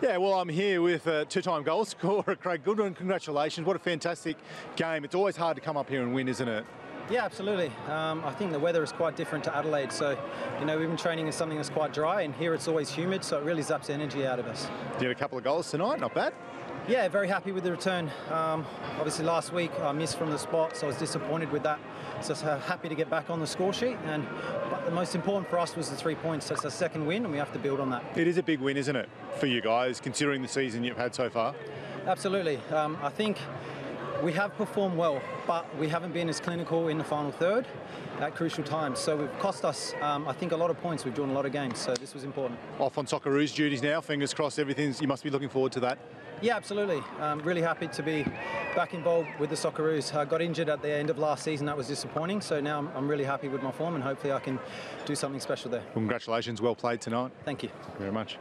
Yeah, well, I'm here with uh, two-time goal scorer Craig Goodwin. Congratulations! What a fantastic game. It's always hard to come up here and win, isn't it? Yeah, absolutely. Um, I think the weather is quite different to Adelaide. So, you know, we've been training in something that's quite dry, and here it's always humid, so it really zaps the energy out of us. You had a couple of goals tonight. Not bad. Yeah, very happy with the return. Um, obviously, last week I missed from the spot, so I was disappointed with that. So, so happy to get back on the score sheet. And but the most important for us was the three points. So it's our second win, and we have to build on that. It is a big win, isn't it, for you guys, considering the season you've had so far? Absolutely. Um, I think we have performed well, but we haven't been as clinical in the final third at crucial times. So we've cost us, um, I think, a lot of points. We've drawn a lot of games, so this was important. Off on Socceroos duties now. Fingers crossed, everything's. You must be looking forward to that. Yeah, absolutely. Um, really happy to be back involved with the Socceroos. I got injured at the end of last season. That was disappointing. So now I'm, I'm really happy with my form, and hopefully I can do something special there. Congratulations. Well played tonight. Thank you. Thank you very much.